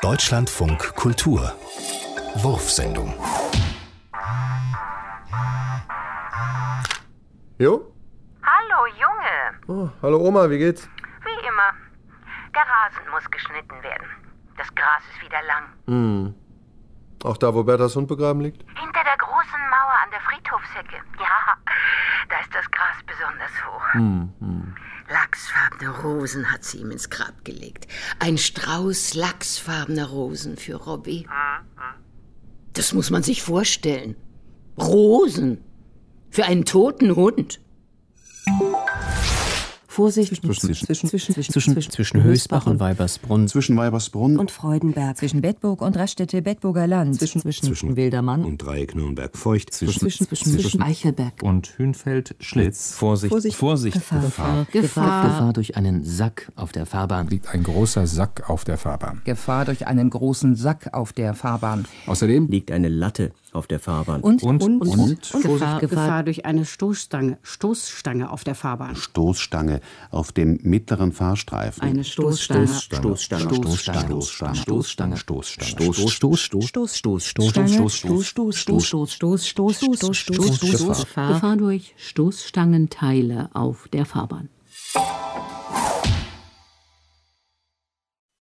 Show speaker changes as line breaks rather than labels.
Deutschlandfunk Kultur. Wurfsendung.
Jo?
Hallo Junge,
Oh, hallo Oma, wie geht's?
wie immer. Der Rasen muss geschnitten werden. Das Gras ist wieder lang.
Auch da, wo Berthas Hund begraben liegt?
Hinter der großen Mauer an der Friedhofshecke. Ja, da ist das Gras besonders hoch.
Lachsfarbene Rosen hat sie ihm ins Grab gelegt. Ein Strauß lachsfarbener Rosen für Robby. Das muss man sich vorstellen. Rosen. Für einen toten Hund.
Vorsicht
Zwischen-
zwischen,
zwischen, zwischen Höchstbach und Weibersbrunn,
zwischen Weibersbrunn
und Freudenberg,
zwischen Bettburg und Raststätte Bettburger Land,
zwischen, zwischen,
zwischen-
Wildermann
und Dreieck Nürnberg-Feucht.
zwischen, zwischen, zwischen Eichelberg.
und Hünfeld, Schlitz. Vorsicht, Vorsicht, Gefahr.
Gefahr.
Gefahr durch einen Sack auf der Fahrbahn.
liegt ein großer Sack auf der Fahrbahn.
Gefahr durch einen großen Sack auf der Fahrbahn
Außerdem
liegt eine Latte auf der Fahrbahn.
und, und,
und,
Gefahr, Gefahr
durch eine Stoßstange, Stoßstange auf der Fahrbahn.
Stoßstange auf dem mittleren Fahrstreifen.
eine Stoßstange.
Stoßstange.
Stoßstange. Stoßstange. Stoßstange. Stoßstange. Stoß, Stoß, Stoß, Stoß, Stoß,
Stoß, Stoß,
Stoß,
Stoß, Stoß, Stoß, Stoß, Stoß, Stoß, Stoß, Stoß,
Gefahr.
Gefahr.
durch Stoßstangenteile auf der Fahrbahn.